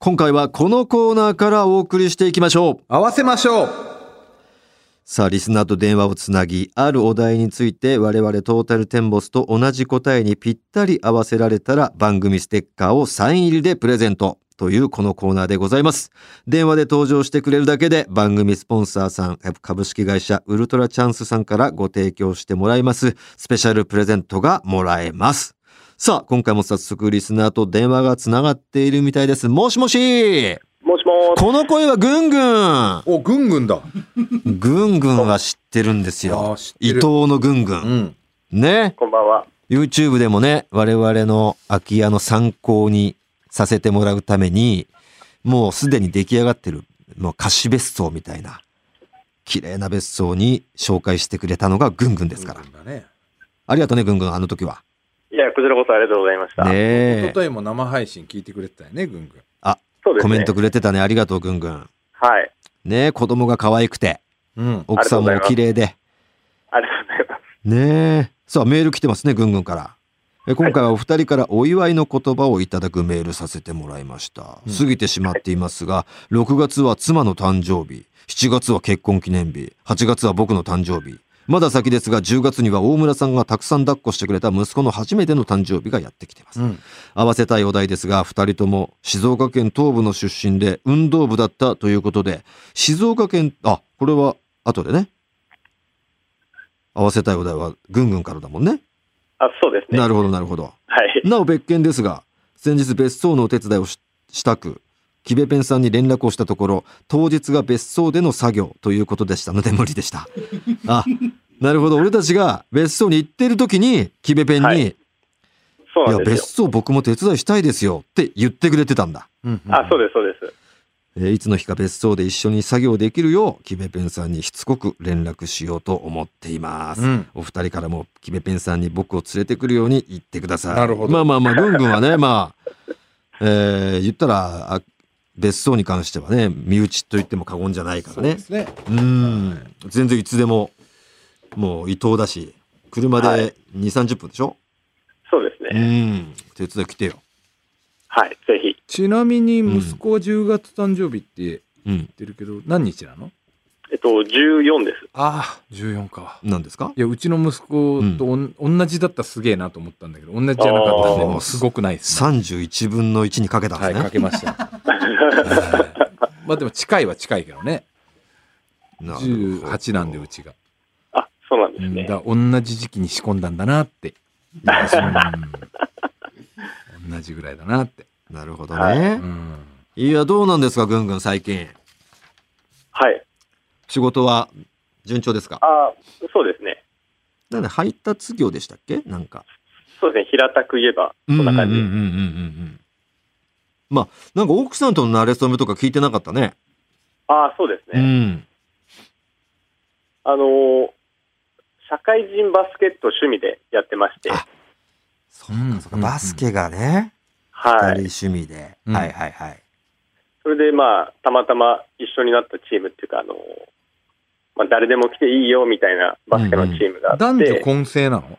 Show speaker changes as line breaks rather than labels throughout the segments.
今回はこのコーナーからお送りしていきましょう。
合わせましょう
さあ、リスナーと電話をつなぎ、あるお題について我々トータルテンボスと同じ答えにぴったり合わせられたら番組ステッカーをサイン入りでプレゼント。というこのコーナーでございます。電話で登場してくれるだけで番組スポンサーさん、株式会社ウルトラチャンスさんからご提供してもらいますスペシャルプレゼントがもらえます。さあ、今回も早速リスナーと電話がつながっているみたいです。もしもし
もしもーし。
この声はぐんぐん
お、ぐんぐんだ。
ぐんぐんは知ってるんです
あ
よ
ー知っ。て
伊
る
藤のぐんぐ。
うんん。
ね。
こんばんは。
YouTube でもね、我々の空き家の参考にさせてもらうために、もうすでに出来上がってる、もう貸し別荘みたいな、綺麗な別荘に紹介してくれたのがぐんぐんですから
ぐ。んぐんだね。
ありがとうね、ぐんぐん、あの時は。
いや、こちらこそありがとうございました。
ね
一
え。
昨日も生配信聞いてくれてたよね、ぐんぐん。
そうです
コ
ね。
メントくれてたね、ありがとう、ぐんぐん。
はい。
ねえ、子供が可愛くて、
うん。
奥さんもお綺麗で。
ありがとうございます。
ねえ。さあ、メール来てますね、ぐんぐんから。え今回はお二人からお祝いの言葉をいただくメールさせてもらいました。
うん
過ぎてしまっていますが、6月は妻の誕生日、7月は結婚記念日、8月は僕の誕生日。まだ先ですが、10月には大村さんがたくさん抱っこしてくれた息子の初めての誕生日がやってきています。
うん。
合わせたいお題ですが、二人とも静岡県東部の出身で運動部だったということで、静岡県、あ、これは後でね。合わせたいお題はぐんぐんからだもんね。
あ、そうですね。
なるほど、なるほど。
はい。
なお別件ですが、先日別荘のお手伝いをししたく、木部ペンさんに連絡をしたところ、当日が別荘での作業ということでしたので無理でした。あ、なるほど。俺たちが別荘に行ってる時に、木部ペンに、
はいそう
い
な
や、
んで
別
す
荘僕も手伝いしたいですよって言ってくれてたんだ。
うん。
よ。あ、そう
で
です、そうです。
えーいつの日か別荘で一緒に作業できるよう、キベペンさんにしつこく連絡しようと思っています。
うん。
お二人からもキベペンさんに僕を連れてくるように言ってください。
なるほど
まあまあまあ、ぐんぐんはね、まあ、えー言ったら、あ別荘に関してはね、身内と言っても過言じゃないか
そ
ら
う
ね
で。すね。
うん。全然いつでも、もう伊藤だし、車
は
で
い
2、30分でしょ
そうです
う
ね。
ん。手伝い来てよ。
はい、ぜひ。
ちなみに、息子は10月誕生日って言っ
うん。
てるけど、何日なの
えっと、14です。
ああ、14か。
何ですか
いや、うちの息子とおん、同じだったらすげえなと思ったんだけど、同じじゃなかったんで、
あー
もうすごくないですね。
?31 分の1にかけたんで
は
す
い、
ね。
かけました。 はいまあでも近いは近いけどね。
なるほど
18なんでうちが。
あ、そうなんで
う
す
んだ
ね。
から同じ時期に仕込んだんだなって。うん同じぐらいだなって。
なるほど
う
ね。
ん
いや、どうなんですか、ぐんぐん最近。
はい。
仕事は順調ですか
あ、そうですね。
なんで配達業でしたっけなんか。
そうですね。平たく言えば、こんな感じ。
うんうんうんうんうんうん。まあ、なんか奥さんとの馴れ初めとか聞いてなかったね。
あ、そうです
う
ね。
ん。
あのー社会人バスケット趣味でやってまして。
あそっかそっか、
うん
バスケがね、二
はい。
人趣味で。
うん
はいはいはい。
それでまあ、たまたま一緒になったチームっていうか、あのーまあ、誰でも来ていいよみたいなバスケのチームがあって、
男女混成なの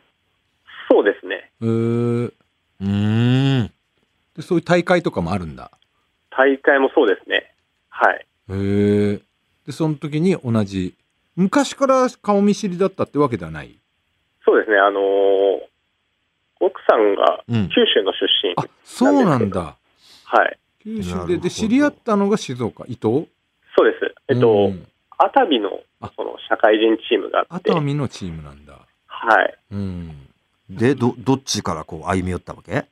そうですね。
えー
うーん。
でそういう大会とかもあるんだ。
大会もそうですね。はい。
へーで、その時に同じ。昔から顔見知りだったってわけではない
そうですね。あのー奥さんが
うん。
九州の出身。
あ、そうなんだ。
はい。
九
なる
州
ほど
で。で、知り合ったのが静岡。伊藤
そうです。えっ
う
と、
ん
熱海の
あ
その社会人チームがあっ
熱
て、
海のチームなんだ。
はい。
うん。
で、ど、どっちからこう歩み寄ったわけ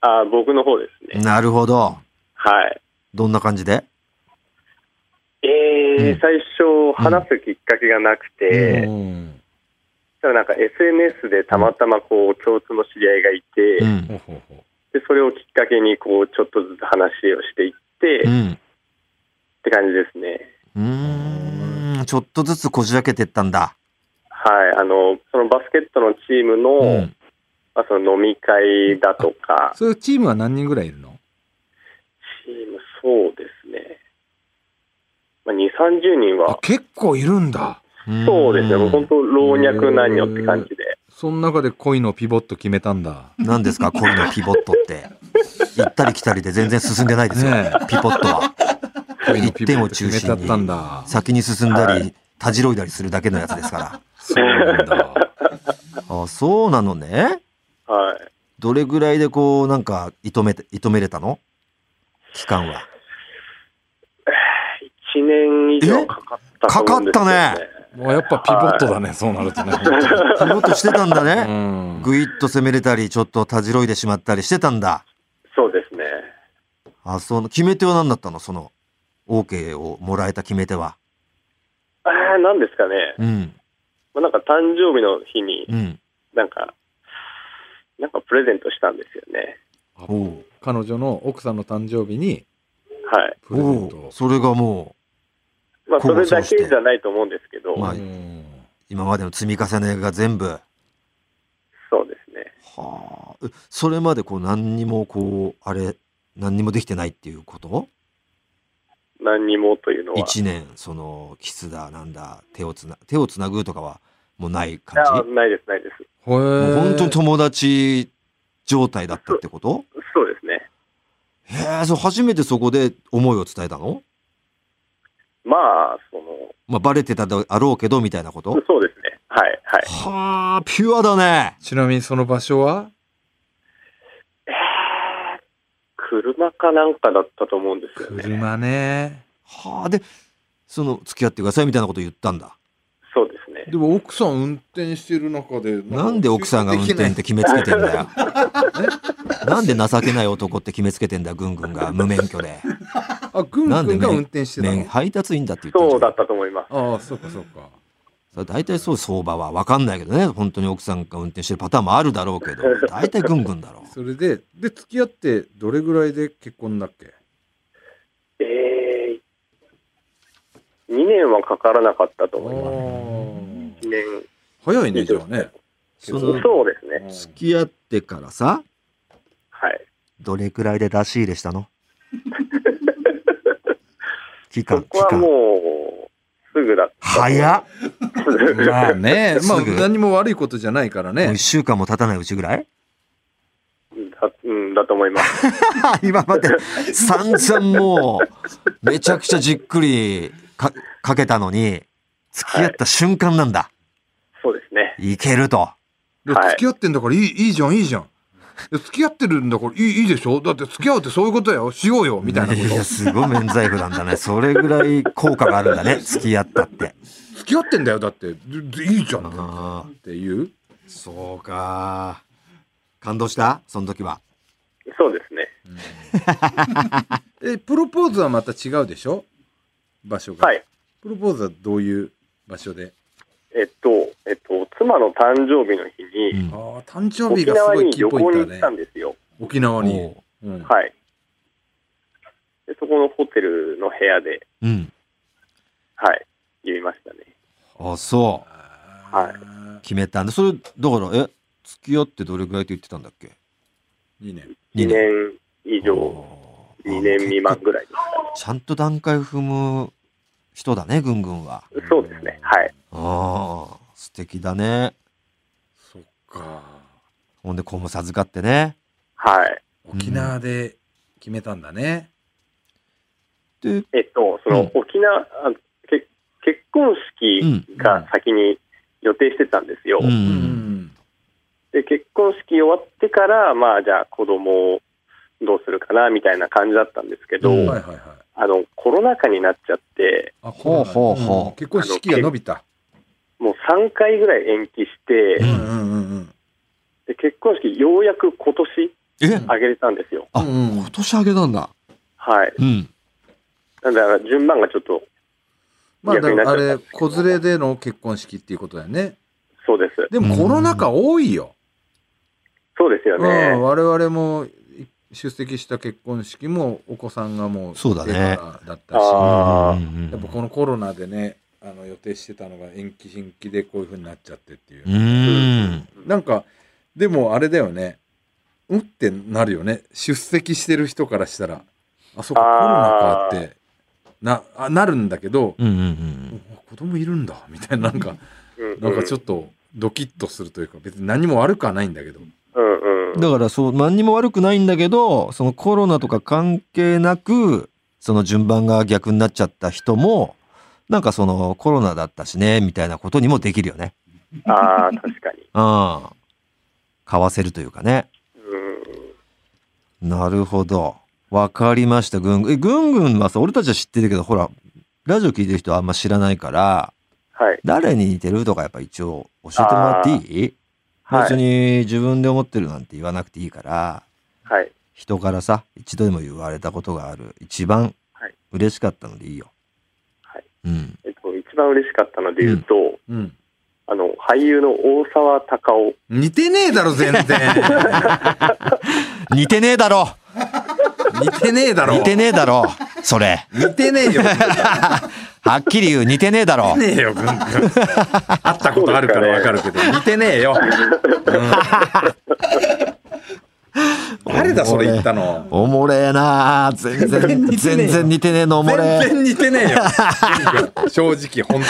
あ僕の方ですね。
なるほど。
はい。
どんな感じで
えー
うん
最初話すきっかけがなくて、
うん
ただなんか SNS でたまたまこう共通の知り合いがいて、
うん。
ほうほうほ
でそれをきっかけにこうちょっとずつ話をしていって、
う
っ
ん。
て感じですね。
うーん。ちょっとずつこじ開けてったんだ。
はい、あのそのバスケットのチームの,、
うん。
まあ、その飲み会だとか
う。、そういうチームは何人ぐらいいるの
チーム、そうですね、まあ、2、30人
あ
は、、
結構いるんだ。
そうですね、もう本当、老若男女って感じで、
その中で恋のピボット決めたんだ。
何ですか恋のピボットって。行ったり来たりで全然進んでないですよ。
ね
ピポットは。
え
一点を中
決め
心
ちゃったん
に
だ。
先に進んだ
は
り、たじろいだりするだけのやつですか
そうなんだ。
ら。あ、そうなのね。
はい。
どれぐらいでこう、なんか、射止めて、射止めれたの期間は。
1年以上かかったと思うんですよ、ね。
かかったね
もうやっぱピボットだね、そうなるとね。
ピボットしてたんだね。
うん
ぐいっと攻めれたり、ちょっとたじろいでしまったりしてたんだ。
そうですね。
あ、その、決め手は何だったのその、OK をもらえた決め手は。
ああ、なんですかね。
うん、
まあ、なんか誕生日の日に、
うん。
なんか、なんかプレゼントしたんですよね。
あ
おう
彼女の奥さんの誕生日に
はい。
プレゼント
おう
を。
それがも
まあ、
こう
それだけじゃないと思うんですけど、
まあ
うん
う、今までの積み重ねが全部。
そうですね。
はあ、えそれまでこう何にもこうあれ何にもできてないっていうこと
何にもというのは。
一年そのキスだなんだ手をつな手をつなぐとかはもうない
いや
感じ
ないです、ないです。
へー
もう本当に友達状態だったってこと
そうですね。
へえそう初めてそこで思いを伝えたの、
まあ、その、
まあ、バレてたであろうけどみたいな こと
そうですね。はい、はい。
はあピュアだね
ちなみにその場所は
車かなんかだったと思うんですよね。
車ね。
はあでその付き合ってくださいみたいなこと言ったんだ
そうですね。
でも奥さん運転してる中で。
なんで奥さんが運転って決めつけてん だよ。なんで情けない男って決めつけてんだよ、ぐんぐんが無免許で。
あ、軍
なんで
君
ね
が運転してた
免
の
配達員だって言ってんじ
そ
ゃ
うんだったと思います。
ああ、そうかそうか。
それ大体そう相場は分かんないけどね、本当に奥さんが運転してるパターンもあるだろうけ ど、大体ぐんぐんだろう。
それで、で、付き合ってどれぐらいで結婚だっけ
えー、2年はかからなかったと
あ
思います。
ー
1年。
早いね、じゃあね。
その
そうですね。
付き合ってからさ、
はい。
どれくらいで出し入れした の期間、
そこ
期
は
間。
もう、すぐだった。
早っ
まあね、まあ
すぐ
何も悪いことじゃないか
も
ら
う
ね
1。週間も経たないうちぐらい
だ うん、だと思います。
今まで散々もうめちゃくちゃじっくりかかけたのに付き合った瞬間なんだ、
そうですね。
い、けると
で
はい
付き合ってんだからいいいいじゃん、いいじゃん。で付き合ってるんだからいいいいでしょだって付き合うってそういうことやよ。しようよ、みたいなこ
いや
と。
すごい免罪符なんだねそれぐらい効果があるんだね付き合ったって
付き合ってんだよ、だって。ででいいじゃんって。
あ
っていう。
そうか感動したその時は
そうですね。
え、プロポーズはまた違うでしょ場所が。
はい。
プロポーズはどういう場所で
えっと、えっと、妻の誕生日の日
う
に、
あ
ん
あ、誕生日
沖
がす
縄
ごい
に
キー
旅
ポイ
行に
ン
行
ト
った
だ
ん
ね。
ですよ。
沖縄に。
お
うん
はい。でそこのホテルの部屋で、
ううん
はい、言いましたね。
あそ
はい
決めたんでそれだからえ付き合ってどれぐらいって言ってたんだっけ
い。いいね。
二
2年以上、2年未満ぐらいですか
ちゃんと段階踏む人だね、ぐんぐんは。
ね。そうですね。はい。
ああ、素敵だね。
そっか。
ほんで、子も授かってね。
はい。
沖縄で決めたんだね。
で、
えっと、その、沖縄、あけ結婚式が先に予定してたんですよ。
う。
うん
で、結婚式終わってから、まあ、じゃあ子供をどうするかな、みたいな感じだったんですけど、
うん
はいはいはい。
あの、コロナ禍になっちゃって、
あ、
ほうほうほうん
結婚式が伸びた。
もう3回ぐらい延期して、
う
うんんうんうんうん。
で結婚式ようやく今
え
年挙げれたんですよ。
あ
うんうん
今年あげたんだ。
はい。
うん。
なんで、あの順番がちょっと、
まあ、だからあ
逆にな
れ、
っちゃった
子連れでの結婚式っていうことだよね。
そうです。
でもコロナ禍多いよ。
そうですよ
うん、
ね。
我々も出席した結婚式もお子さんがもう
そうだね
出てからだったし、
あ
や
あー
うんうんうん
っぱこのコロナでね、あの予定してたのが延期延期でこういうふうになっちゃってっていう
う。ーん。
なんか、でもあれだよね。うんってなるよね。出席してる人からしたら、あ、そっか、コロ
あー
ナかって、な、あなるんだけど、
うんうんうん。
お子供いるんだ、みたいな、なんか、
うん
なんかちょっ
と。
とドキッとするというか、別に何も悪くはないんだけど、
うんうんうん。
だからそう何にも悪くないんだけどそのコロナとか関係なくその順番が逆になっちゃった人もなんかそのコロナだったしねみたいなことにもできるよね。
ああ、確かに。
うん。かわせるというかね。
うん。
なるほど。わかりました、ぐんぐん。え、ぐんぐんはさ、俺たちは知ってるけど、ほら、ラジオ聞いてる人はあんま知らないから、
はい。
誰に似てるとかやっぱ一応教えてもらっていい
は
別
い。
に自分で思ってるなんて言わなくていいから、
はい。
人からさ、一度でも言われたことがある、一番
はい
嬉しかったのでいいよ。
はい。
うん。
えっと、一番嬉しかったので言うと、
うん。
あの、俳優の大沢たかお。
似てねえだろ、全然。
似てねえだろ
似てねえだろ。
似てねえだろそれ。
似てねえよ。
はっきり言う、似てねえだろ
似てねえよ、ぐんぐん。会ったことあるからわかるけど、似てねえよ。 うん誰だ、それ言ったの。
おもれえな全然、全然似てねえのおもれえ
全然似てねえよ。ぐんぐん 正直、本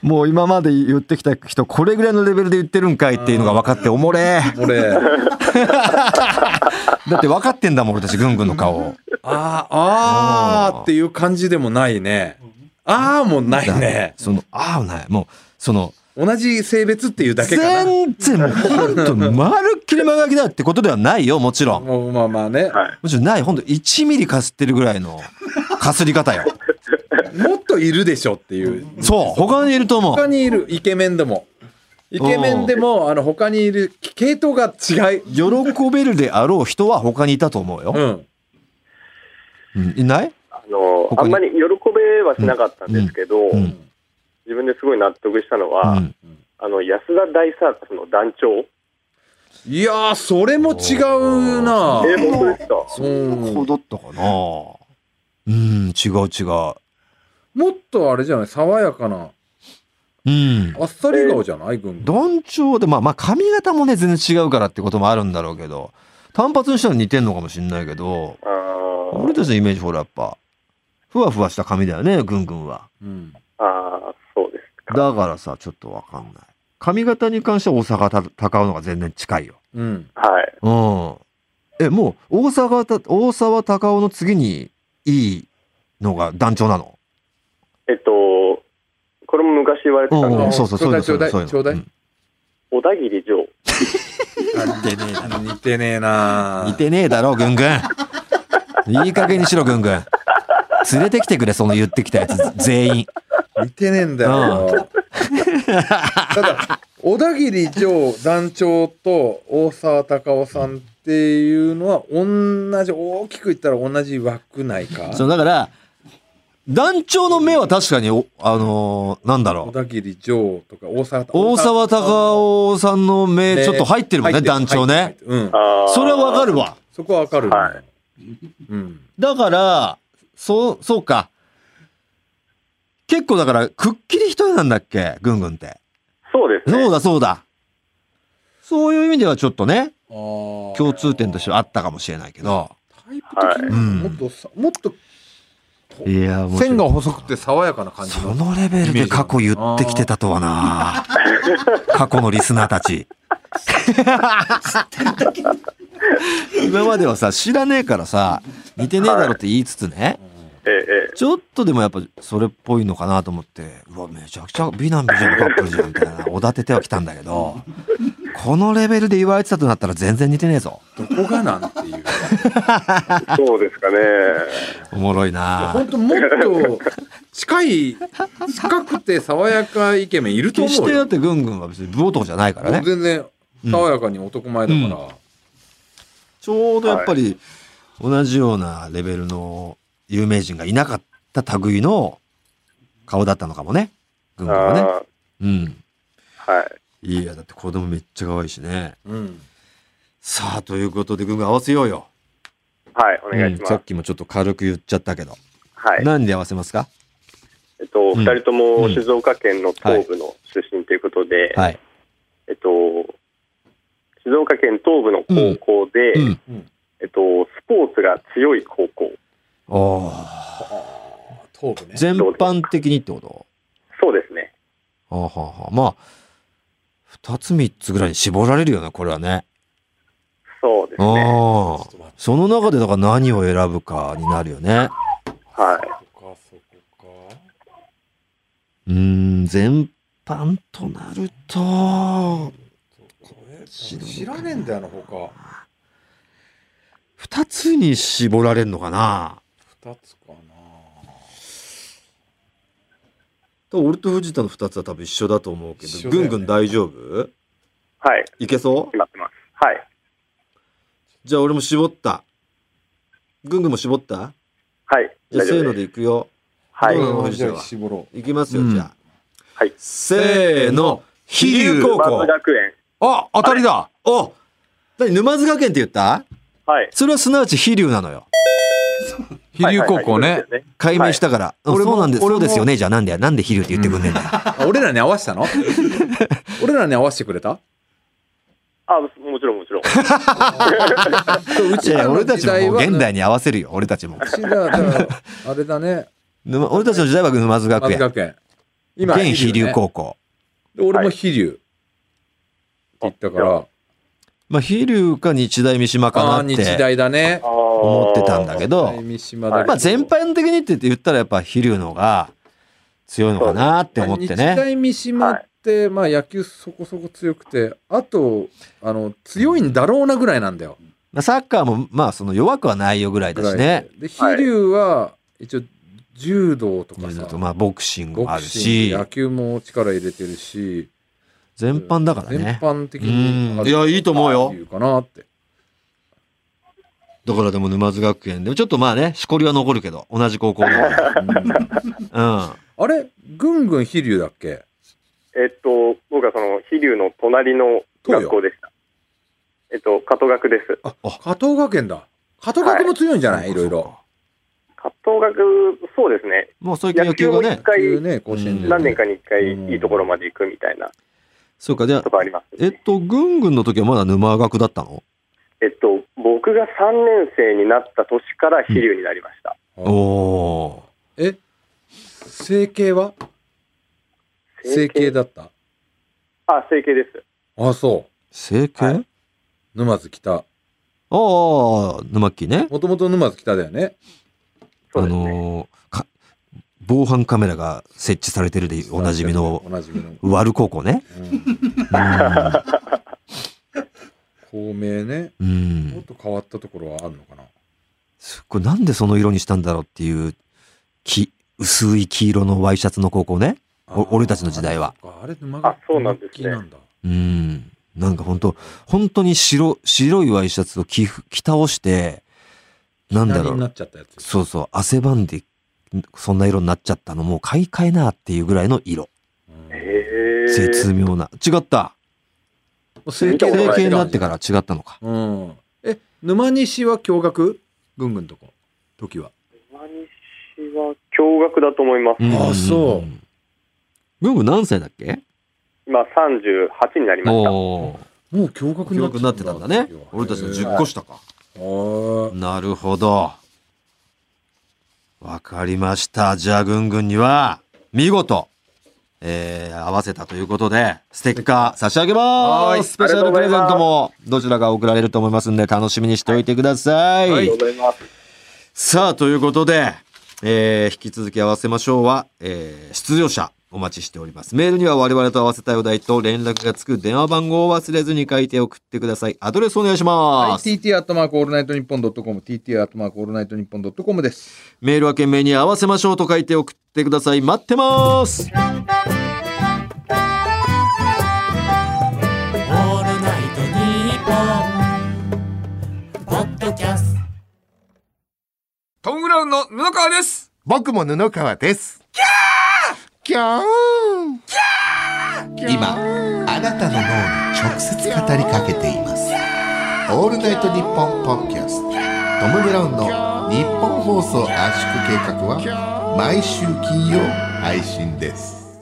もう今まで言ってきた人これぐらいのレベルで言ってるんかいっていうのが分かっておも れ
当に。俺、あ
だって分かってんだもん俺たちぐんぐんの顔
あ、ああっていう感じでもないね。ああもないね。
そのああないもうその
同じ性別っていうだけかな。
全然もうほんとまるっきり間がきだってことではないよもちろんも
もうまあまあね。
はい。
ちろんないほんと1ミリかすってるぐらいのかすり方よ
もっといるでしょっていう。
そう他にいると思
他
う
にいるイケメンでも。イケメンでも、あの、他にいる系統が違い。
喜べるであろう人は他にいたと思う
う
よ、
ん。
うん、いない
あの、
他
あ
に
んまり喜べはしなかったんですけど、
うん
自分ですごい納得したの
う
は、
ん
あの、安田大サーカスの団長。
いやー、それも違うな
えー、本当ですか
うん
こうだったかなうん違う違う
もっとあれじゃない爽やかな。
うん
あっさり顔じゃない軍軍。
団長でまあまあ髪型もね全然違うからってこともあるんだろうけど単発にしたら似てんのかもしんないけど
あー
俺たちのイメージほらやっぱふわふわした髪だよねぐんぐんは
うん。
あー、そうですか。
だからさちょっとわかんない髪型に関しては大阪高尾の方が全然近いよ
うん。
はい。
うんえもう大阪た大沢高尾の次にいいのが団長なの
えっと、これも昔言われてた
うん
の
うん
で、
そうそうそういうの
ちょうだい
そういうの
ちょうだい
ん
小田切城。
似てねえだろ
似てねえな
似てねえだろぐんぐんいい加減にしろぐんぐん連れてきてくれその言ってきたやつ全員
似てねえんだよ。ただ、小田切城団長と大沢たかおさんっていうのは、同じ、大きく言ったら同じ枠内か。
そのだから団長の目は確かにおあのーなんだ
小
ろう
田切城とか大沢た
大沢たかおさんの目ちょっと入ってるもんね
入
団長
入っ
ね
てるうん。
あー
それはわかる。わ
そこはわかる。
は
うん。
だからそうそうか結構だからくっきり一重なんだっけぐんぐんって
そうですね。
そうだそうだそういう意味ではちょっとね
共
共通点としてはあったかもしれないけど
タイプ的に
はい
もっとさ、もっと
いや面白い
線が細くて爽やかな感じ
そ
の。
のレベルで過去言ってきてたとは な過去のリスナーたち今まではさ知らねえからさ似てねえだろって言いつつね
ええええ
ちょっとでもやっぱそれっぽいのかなと思ってうわめちゃくちゃ美男美女のカップルじゃんみたいなおだててはきたんだけどこのレベルで言われてたとなったら全然似てねえぞ
どこがなんていう。
そうです かね。
おもろいな
本当もっと近い、近くて爽やかイケメンいると
決し
思う
てだっ
よ。
てぐんぐんは別に武男じゃないからね
全然爽やかに男前だから。
ちょうどやっぱり同じようなレベルの有名人がいなかった類の顔だったのかもね。群馬はね。
あ
うん。
あ、はい。
いや、だって子供めっちゃ可愛いしね。
うん。
さあ、ということで群馬合わせようよ。
はい、お願いし
うん
ます。
さっきもちょっと軽く言っちゃったけど。
はい。
何で合わせますか
えっと、
うん
二人とも静岡県の東部の出身ということで、
はい。
えっと、静岡県東部の高校で、
うん。
えっと、スポーツが強い高校。
お
あ
ー
あ、頭部ね。
全般的にってこと
そうですね。
あははまあ、二つ三つぐらいに絞られるよね、これはね。
ですね。
ああ。その中でだから何を選ぶかになるよね。
そこ
はい。
か、そこか。
うーん、全般となると、
知らねえんだよな、他。
二つに絞られるのかな
二つかな。
俺と藤田の二つは多分一緒だと思うけ
一
ど、
緒だよ
ぐんぐ
ね
ん大丈夫
はい。
いけそう
決まってます。はい。
じゃあ俺も絞った。ぐんぐんも絞った
はい。
じゃあ
大丈
せー
夫
の
です。
でいくよ。
はい。
どうなの
じゃあ、絞ろう。
いきますよ、
うん
じゃあ。
はい
せーの、飛龍高
松
校。
学園。
あ、当たりだ
お何、沼津学園って言った
はい。
それはすなわち飛龍なのよ。
飛龍高校
はいは
ね
い。そうですよ
解明したから。うん
俺も
そうなんです。
俺
そ
も
うですよね。じゃあなんで、なんで飛龍って言ってくんねえんだよ。
あ俺らに合わせたの俺らに合わせてくれた
あ、もちろんも ちろん。
う
いやいや俺たちももう現
代
代に合わせるよ。俺たちも。
うちらだからあれだね
沼俺たちの時代は沼津学
松
園。
学園
現飛龍
ね
高校。
で俺も飛龍って言ったから、
まあ、飛龍か日大三島
あ
かな
あ
っ
日
て
大だね
思
思
ってたんだけど、
三島だけど
まあ全般的にって言ったらやっぱ飛龍の方が強いのかなって思って
日
ね。
大三島って、まあ野球そこそこ強くてあとあの強いんだろうなぐらいなんだよ
まあサッカーもまあその弱くはないよぐらいだしね。
で飛龍は一応柔道とか
ま
さ、
あまあボクシング
ボ
もあ
ク
る
シン
し
グ、野球も力入れてるし
全般だから
全
ね。
般的に
うんいやいいと思うよ
いうかなって
だからでも沼津学園でもちょっとまあね、しこりは残るけど、同じ高校だから。うん。
あれぐんぐん飛龍だっけ
えっと、僕はその飛龍の隣の学校でした。えっと、加藤学です。
あ加藤学園だ加藤学園も強 いんじゃない、い、ろいろ
加藤学、そうですね。
もう最近
野
野
球
球
も
が
一
ね。
回、
急ね甲子園で、ね、
何年かに一回
うん
いいところまで行くみたいな
そうか、じゃあ
と、かあります、
えっと、ぐんぐんの時はまだ沼学だったの
えっと、僕が3年生になった年から飛龍になりました。
おお
え整形は整形だった
あ、整形です。
あそ
ー。整形、
は
あ
い
う沼津北
あ、沼っきね。
もともと沼津北だよね
そう
あ
ですね。
のーか防犯カメラが設置されてるでおなじみの
おなじみの、
ワル高校 ね。
うん、
うん
孔明ね
う
もっ
ん。
と変わったところはあるのかな
すっごい、なんでその色にしたんだろうっていう、き薄い黄色のワイシャツの高校ね。お
あー
俺たちの時代は
そっかあれ沼が
あそうなんですね
沼っきなんだ
うん。なんか本当本当に白、白いワイシャツを着ふ着倒して、なんだ
左
ろ
にな
う。
っちゃったやつ
そうそう、汗ばんで、そんな色になっちゃったの、もう買い替えなっていうぐらいの色。
うん
へえ。
絶妙な。違った。
整
見た
形
整
ことない
形になってから違ったのか。。
うん。え、沼西は驚愕ぐんぐんとこ、時は。
沼西は驚愕だと思います。
あそう
ぐんぐん何歳だっけ
今38になりました。
おー
もう驚愕
記憶になってたんだね。俺たちの10個下か。
個。
なるほど。わかりました。じゃあ、ぐんぐんには、見事、えー合わせたということで、ステッカー差し上げま
は
す
い
スペシャルプレゼントも、どちらが送られると思いますんで、楽しみにしておいてください。
ありがとうございます。
さあ、ということで、えー引き続き合わせましょうは、えー出場者お待ちしております。メールには我々と合わせたいお題と連絡がつく電話番号を忘れずに書いて送ってください。アドレスお願いし
はい、
ます。
TT アットマークオールナイトニッポンドットコム、TT アットマークオールナイトニッポンドットコムです。
メールは懸命に合わせましょうと書いて送ってください。待ってます。
「オールナイトニッポン」「ポッドキャスト」
トム・ブラウンの布川です
僕も布川です。キャーキャー今、あなたの脳に直接語りかけています。オールナイトニッポンポッドキャスト。トム・ブラウンの日本放送圧縮計画は毎週金曜配信です。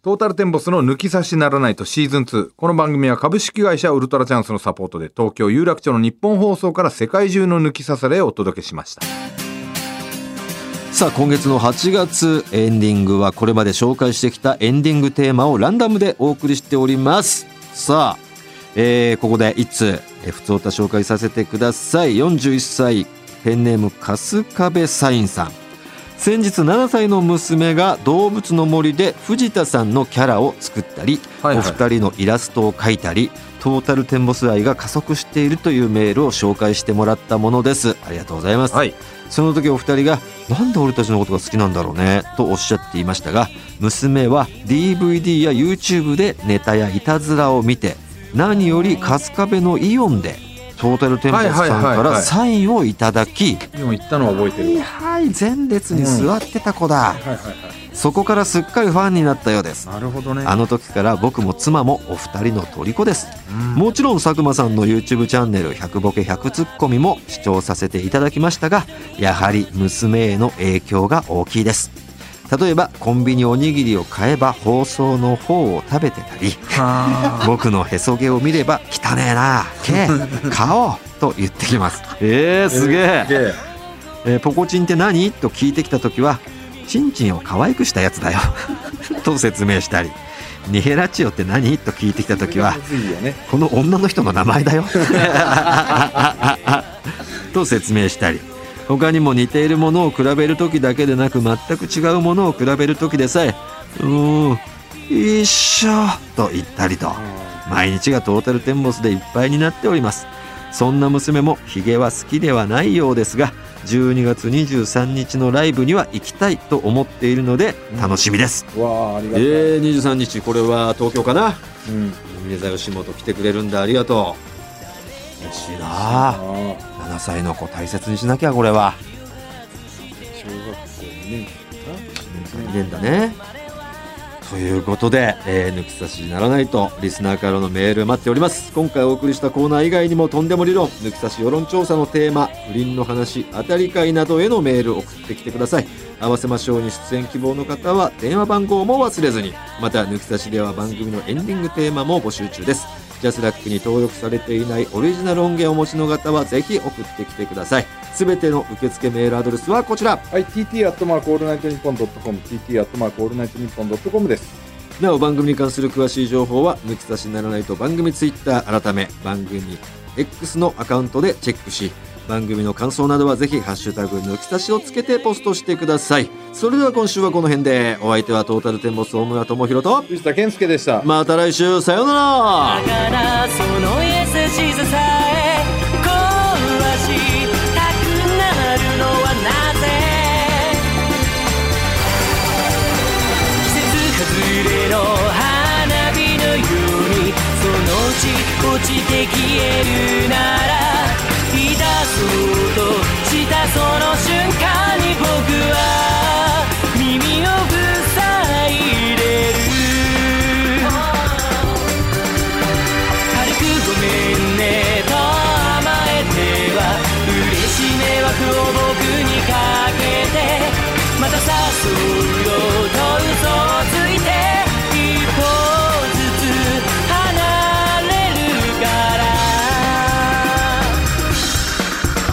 トータルテンボスの抜き差しならないとシーズン2。この番組は株式会社ウルトラチャンスのサポートで東京有楽町の日本放送から世界中の抜き差されをお届けしました。
さあ、今月の8月エンディングはこれまで紹介してきたエンディングテーマをランダムでお送りしております。さあ、えーここで一通えー、普通歌紹介させてください。41歳、ペンネーム、かすかべサインさん。先日7歳の娘が動物の森で藤田さんのキャラを作ったり、
はいはい
お二人のイラストを描いたりトータルテンボス愛が加速しているというメールを紹介してもらったものですありがとうございます、
はい
その時お二人が「なんで俺たちのことが好きなんだろうね」とおっしゃっていましたが娘は DVD や YouTube でネタやいたずらを見て何より春日部のイオンでトータルテンボスさん
はい
か
はいはいは
ら
い
サインをいただき
でも言ったのは覚えて
はい
るわ
はい前列に座ってた子だ、
はいはいはい
そこからすっかりファンになったようです
なるほどね
あの時から僕も妻もお二人の虜ですもちろん佐久間さんの YouTube チャンネル100ボケ100ツッコミも視聴させていただきましたがやはり娘への影響が大きいです例えばコンビニおにぎりを買えば包装の方を食べてたり僕のへそ毛を見れば汚ねえな K 買おうと言ってきますえー、すげえ
で
えーポコチンって何と聞いてきた時はチンチンを可愛くしたやつだよ と説明したりニヘラチオって何と聞いてきた時は
むずいよね
この女の人の名前だ よと説明したり他にも似ているものを比べる時だけでなく全く違うものを比べる時でさえ「うーん一緒」と言ったりと毎日がトータルテンボスでいっぱいになっておりますそんな娘もヒゲは好きではないようですが12月23日のライブには行きたいと思っているので楽しみです、
うわあありが
え
とう、
ー、23日これは東京かな
うん
梅沢吉本来てくれるんだありがとう嬉しいなあ
あ
7歳の子大切にしなきゃこれは
小学校ね
2年だねということで、えー抜き差しならないとリスナーからのメール待っております今回お送りしたコーナー以外にもとんでも理論抜き差し世論調査のテーマ不倫の話当たり会などへのメールを送ってきてください合わせましょうに出演希望の方は電話番号も忘れずにまた抜き差しでは番組のエンディングテーマも募集中ですジャスラックに登録されていないオリジナル音源をお持ちの方はぜひ送ってきてくださいすべての受付メールアドレスはこちら
はい TT アットマークオールナイトニッポンドットコム TT アットマークオールナイトニッポンドットコムです
なお番組に関する詳しい情報は抜き差しならないと番組ツイッター改め番組 X のアカウントでチェックし番組の感想などはぜひ「ハッシュタグ抜き差し」をつけてポストしてくださいそれでは今週はこの辺でお相手はトータルテンボス大村智広と
藤田健介でした
また来週さようなら
だからその優しささえ壊したくなるのはなぜ季節外れの花火のようにそのうち落ちて消えるならいたそうとしたその瞬間に僕は耳を塞いでる軽くごめんねと甘えては嬉しい迷惑を僕にかけてまた誘うよと嘘をついて一歩ずつ離れるか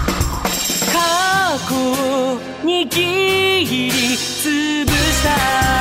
ら過去を握りつぶした